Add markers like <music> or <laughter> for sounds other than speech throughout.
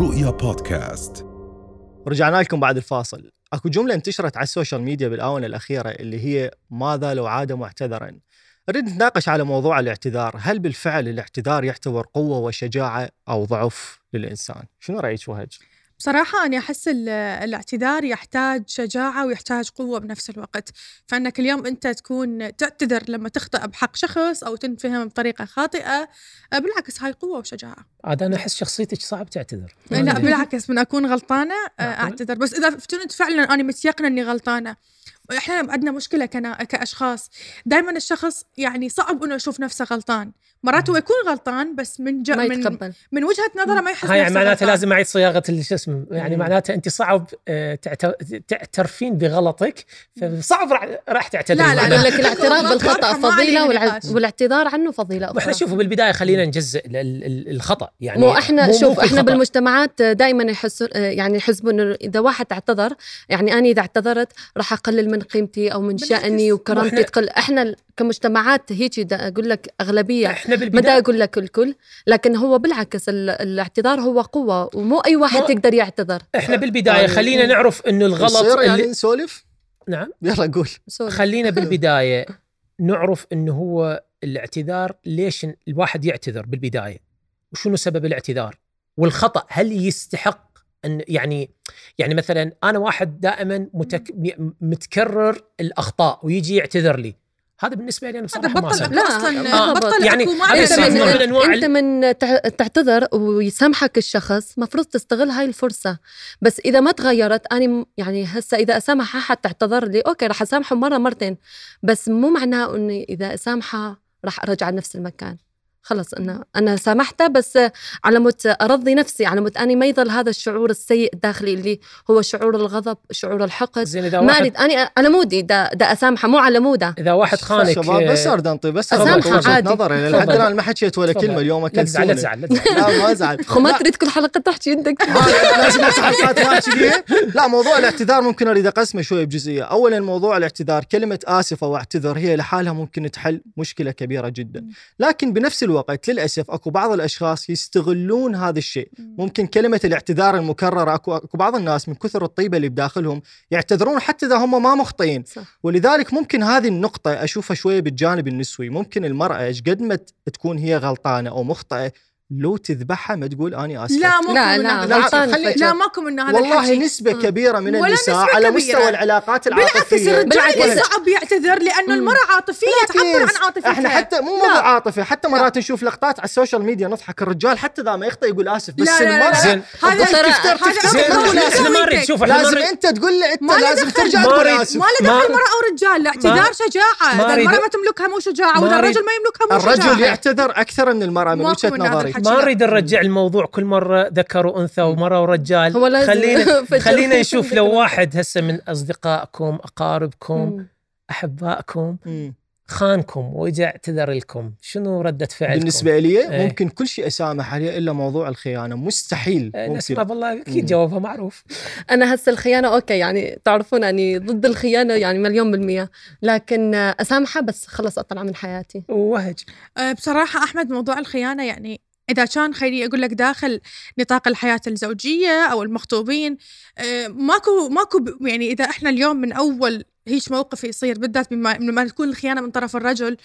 رؤيا بودكاست رجعنا لكم بعد الفاصل اكو جملة انتشرت على السوشيال ميديا بالآونة الأخيرة اللي هي ماذا لو عاد معتذرا نريد نتناقش على موضوع الاعتذار هل بالفعل الاعتذار يعتبر قوة وشجاعة أو ضعف للإنسان شنو رأيك وهج؟ بصراحة أنا أحس ال- الاعتذار يحتاج شجاعة ويحتاج قوة بنفس الوقت فأنك اليوم أنت تكون تعتذر لما تخطأ بحق شخص أو تنفهم بطريقة خاطئة آه، بالعكس هاي قوة وشجاعة عاد انا احس شخصيتك صعب تعتذر أمم. لا بالعكس من أكون غلطانة آه، معقول؟ أعتذر بس إذا افتنت فعلا أنا متيقنة أني غلطانة احنا عندنا مشكله كنا كاشخاص دائما الشخص يعني صعب انه يشوف نفسه غلطان مرات هو يكون غلطان بس من جا ما من, يتقبل من وجهه نظره ما يحس هاي يعني نفسه معناته غلطان. لازم اعيد صياغه ال- شو اسمه يعني مم. معناته انت صعب آه، تعت- تعترفين بغلطك فصعب راح- راح تعتذر لا، لا، معنا. لا. يقول لك الاعتراف بالخطا ما علينا فضيله والع- نقاش. والاعتذار عنه فضيله واحنا اخرى شوفوا بالبدايه خلينا نجزئ ال- ال- ال- الخطا يعني مو احنا مو- مو شوف كل احنا خطأ. بالمجتمعات دائما يحسون يعني يحسبوا انه اذا واحد اعتذر يعني انا اذا اعتذرت راح اقلل من قيمتي او من بالعكس. شاني وكرامتي وإحنا- تقل احنا ال- كمجتمعات هيك دا- اقول لك اغلبيه احنا ما دا بالبدايه اقول لك الكل لكن هو بالعكس ال- الاعتذار هو قوه ومو اي واحد مو- يقدر يعتذر احنا بالبدايه يعني- خلينا نعرف انه الغلط يصير يعني اللي نسولف؟ نعم يلا قول سوري. <laughs> خلينا بالبدايه نعرف انه هو الاعتذار ليش الواحد يعتذر بالبدايه وشنو سبب الاعتذار والخطا هل يستحق ان يعني يعني مثلا انا واحد دائما متك متكرر الاخطاء ويجي يعتذر لي هذا بالنسبه لي انا هذا بصراحه ما بطل أصدق. أكو لا، اصلا آه، بطل يعني أكو، ما هذا عليه انت سبب من, نوع معنى. من أنواع انت من تع- تعتذر ويسامحك الشخص مفروض تستغل هاي الفرصه بس اذا ما تغيرت انا م- يعني هسه اذا اسامح احد تعتذر لي اوكي راح اسامحه مره مرتين بس مو معناه اني اذا اسامحه راح ارجع لنفس المكان خلص انا انا سامحته بس على مت ارضي نفسي على مت اني ما يظل هذا الشعور السيء الداخلي اللي هو شعور الغضب شعور الحقد زين اذا ما واحد اريد اني على مودي دا, دا اسامحه مو على موده اذا واحد خانك شباب بس آه، اردن طيب بس أسامحه أردن، وجهة عادي. نظري لحد تفضل. الان ما حكيت ولا تفضل. كلمه اليوم لا تزعل لا اكلت تزعل لا تزعل. لا ما ازعل خو ما لا، تريد كل حلقه تحكي عندك ما- لازم اسحب صوت واحد كذي. لا موضوع الاعتذار ممكن اريد اقسمه شوي بجزئيه، اولا موضوع الاعتذار كلمه اسف او اعتذر هي لحالها ممكن تحل مشكله كبيره جدا، لكن بنفس الوقت للاسف اكو بعض الاشخاص يستغلون هذا الشيء، ممكن كلمه الاعتذار المكرره اكو اكو بعض الناس من كثر الطيبه اللي بداخلهم يعتذرون حتى اذا هم ما مخطئين، صح. ولذلك ممكن هذه النقطه اشوفها شويه بالجانب النسوي، ممكن المراه ايش قد ما تكون هي غلطانه او مخطئه لو تذبحها ما تقول اني اسفه لا ماكو لا نعم، من لا هذا الحكي. غلطان خلي- فجأة. لا ماكو من هذا والله الحكي. نسبة آه. كبيرة من ولا النساء نسبة على كبيرة. مستوى العلاقات بالعكس العاطفية الرجال بالعكس. صعب يعتذر لانه مم. المراه عاطفيه تعبر عن عاطفتها احنا حتى مو موضوع عاطفي حتى مرات نشوف لقطات على السوشيال ميديا نضحك الرجال حتى اذا ما يخطئ يقول اسف بس لا، لا، لا، المرأة زين هذا ترى- تفتر هذا تفتر زين ما هو لا، احنا ما نريد شوف احنا ما لازم نريد انت تقول له انت ما له لازم دخل. ترجع ما تقول أريد- اسف ما له ما- دخل مرأة أو رجال الاعتذار شجاعة ما إذا المرأة أريد- ما تملكها مو شجاعة ما وإذا أريد- الرجل ما يملكها مو شجاعة الرجل يعتذر اكثر من المرأة من ماكو وجهة من هذا نظري الحكي. ما نريد نرجع الموضوع كل مره ذكر وانثى ومره ورجال هو لازم خلينا <laughs> فجأة. خلينا نشوف <laughs> لو واحد هسه من اصدقائكم اقاربكم مم. احبائكم مم. خانكم واجى اعتذر لكم شنو رده فعلكم بالنسبة لي إيه. ممكن كل شيء اسامح عليه الا موضوع الخيانة مستحيل آه، ممكن نسمع والله مم. اكيد جوابها معروف انا هسه الخيانه اوكي يعني تعرفون اني ضد الخيانه يعني مليون بالميه لكن آه، اسامحه بس خلص اطلع من حياتي ووهج آه، بصراحة أحمد موضوع الخيانة يعني إذا كان خليني أقول لك داخل نطاق الحياة الزوجية أو المخطوبين آه، ماكو ماكو ب- يعني إذا إحنا اليوم من أول هيج موقف يصير بالذات بما لما تكون الخيانة من طرف الرجل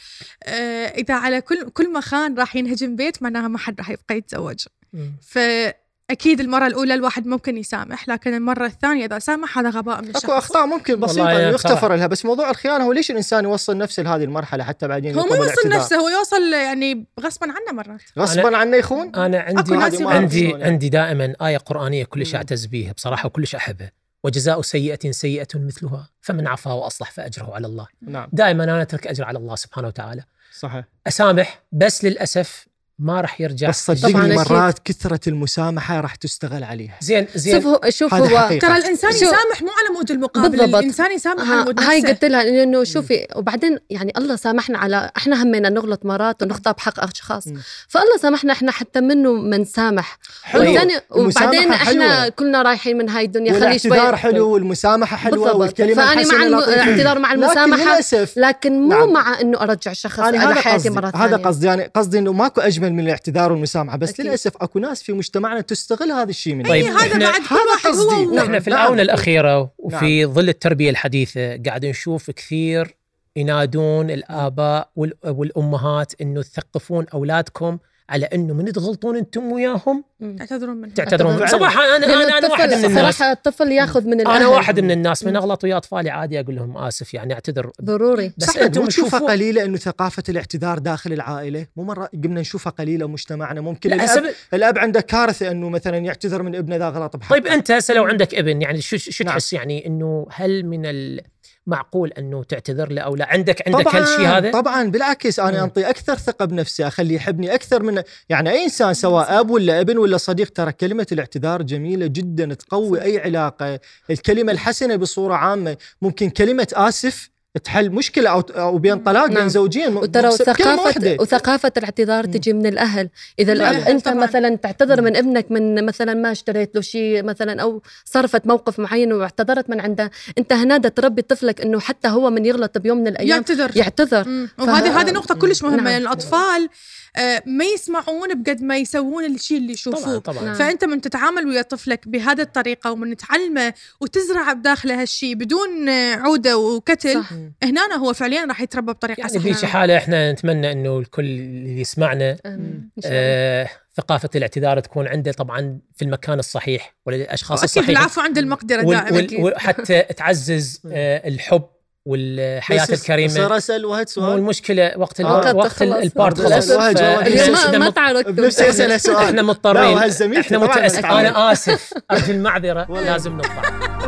آه، إذا على كل كل ما خان راح ينهجم بيت معناها ما حد راح يبقى يتزوج مم. فأكيد المرة الأولى الواحد ممكن يسامح لكن المرة الثانية إذا سامح هذا غباء من الشخص اكو اخطاء ممكن والله بسيطة يا يغتفر ترى. لها بس موضوع الخيانة هو ليش الانسان يوصل نفسه لهذه المرحلة حتى بعدين هو يقوم مو يوصل بالاعتذار؟ نفسه هو يوصل يعني غصبا عنه مرات غصبا عنه يخون انا عندي أكو ناس عندي يبغوا- عندي, شلون يعني. عندي دائما ايه قرانيه كلش مم. اعتز بيها بصراحه وكلش احبها وجزاء سيئه سيئه مثلها فمن عفا واصلح فاجره على الله نعم دائما انا اترك اجر على الله سبحانه وتعالى صحيح اسامح بس للاسف ما راح يرجع بس طبعاً صدقني أكيد. مرات كثرة المسامحة راح تستغل عليها زين شوف زين هو شوف هذا هو حقيقة ترى الانسان شو- يسامح مو على مود المقابل بالضبط. الانسان يسامح على ها- مود هاي نفسه قلت لها لانه شوفي وبعدين يعني الله سامحنا على احنا همنا نغلط مرات ونخطا بحق اشخاص مم. فالله سامحنا احنا حتى منه من سامح حلو. والثاني- المسامحة وبعدين احنا حلوة. كلنا رايحين من هاي الدنيا خلي والاعتذار شوي حلو والمسامحة حلوة بالضبط والكلمة فانا مع الم- الاعتذار مع لكن المسامحه للأسف لكن مو نعم. مع انه ارجع شخص أنا على هذا حياتي قصدي مره ثانيه هذا قصدي يعني قصدي إنه ماكو أجمل اجمل من الاعتذار والمسامحه بس أكيد. للاسف اكو ناس في مجتمعنا تستغل هذا الشيء من طيب، إيه، هذا إحنا- بعد كل هذا واحد هو قصدي. هو. نعم، نحن في نعم. الاونه الاخيره وفي ظل التربيه الحديثه قاعد نشوف كثير ينادون الاباء وال- والامهات انه ثقفون اولادكم على انه من تغلطون انتم وياهم تعتذرون منه تعتذرون فعلاً. صباحا انا لأنه انا انا الطفل- واحد من الناس صراحه الطفل ياخذ من الأهل انا واحد من الناس من مم. اغلط ويا اطفالي عادي اقول لهم اسف يعني اعتذر ضروري بس صحيح انتم مو تشوفها تشوفوا قليله انه ثقافه الاعتذار داخل العائله مو مره قمنا نشوفها قليله مجتمعنا ممكن لا، الاب, هسه ب- الأب عنده كارثه انه مثلا يعتذر من ابنه اذا غلط بحقه طيب انت هسه لو عندك ابن يعني شو شو نعم. تحس يعني انه هل من المعقول انه تعتذر له او لا عندك عندك هالشيء هذا طبعا بالعكس انا مم. انطي اكثر ثقه بنفسي اخليه يحبني اكثر من يعني اي انسان سواء اب ولا ابن ولا صديق ترى كلمه الاعتذار جميله جدا تقوي اي علاقه الكلمه الحسنه بصوره عامه ممكن كلمه اسف تحل مشكله او او بين طلاق بين نعم. زوجين وترى بسبب كلمة وثقافة واحدة. وثقافة الاعتذار مم. تجي من الأهل إذا من الأب الأهل أنت طبعاً. مثلا تعتذر من ابنك من مثلا ما اشتريت له شيء مثلا أو صرفت موقف معين واعتذرت من عنده أنت هنادى تربي طفلك أنه حتى هو من يغلط بيوم من الأيام يعتذر يعتذر مم. فه- وهذه هذه نقطة كلش مهمة نعم. لأن الأطفال آه، ما يسمعون بقد ما يسوون الشيء اللي طبعا يشوفوه طبعا نعم. فأنت من تتعامل ويا طفلك بهذه الطريقة ومن تعلمه وتزرع بداخله هالشيء بدون آه، عودة وكتل صح. هنا هو فعليا راح يتربى بطريقة يعني صحيحة بهيك حاله احنا نتمنى انه الكل اللي يسمعنا آمين. إن شاء الله. آه ثقافه الاعتذار تكون عنده طبعا في المكان الصحيح وللاشخاص أكيد الصحيحين العفو عند المقدرة وال- دائما وال- <laughs> وحتى تعزز آه الحب والحياه بس الكريمه صار اسال وهد مو سؤال آه. المشكله وقت ال- وقت وقت ال- خلاص. البارت وقت خلص الأزواج، فإحنا وقت اليوم شدنا ما- ما مط- تعرضت بنفسي اسال سؤال احنا لا مضطرين وهد زميلتي احنا طبعاً متأسف بستعمل. انا اسف ارجو المعذره لازم نطلع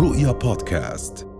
رؤيا بودكاست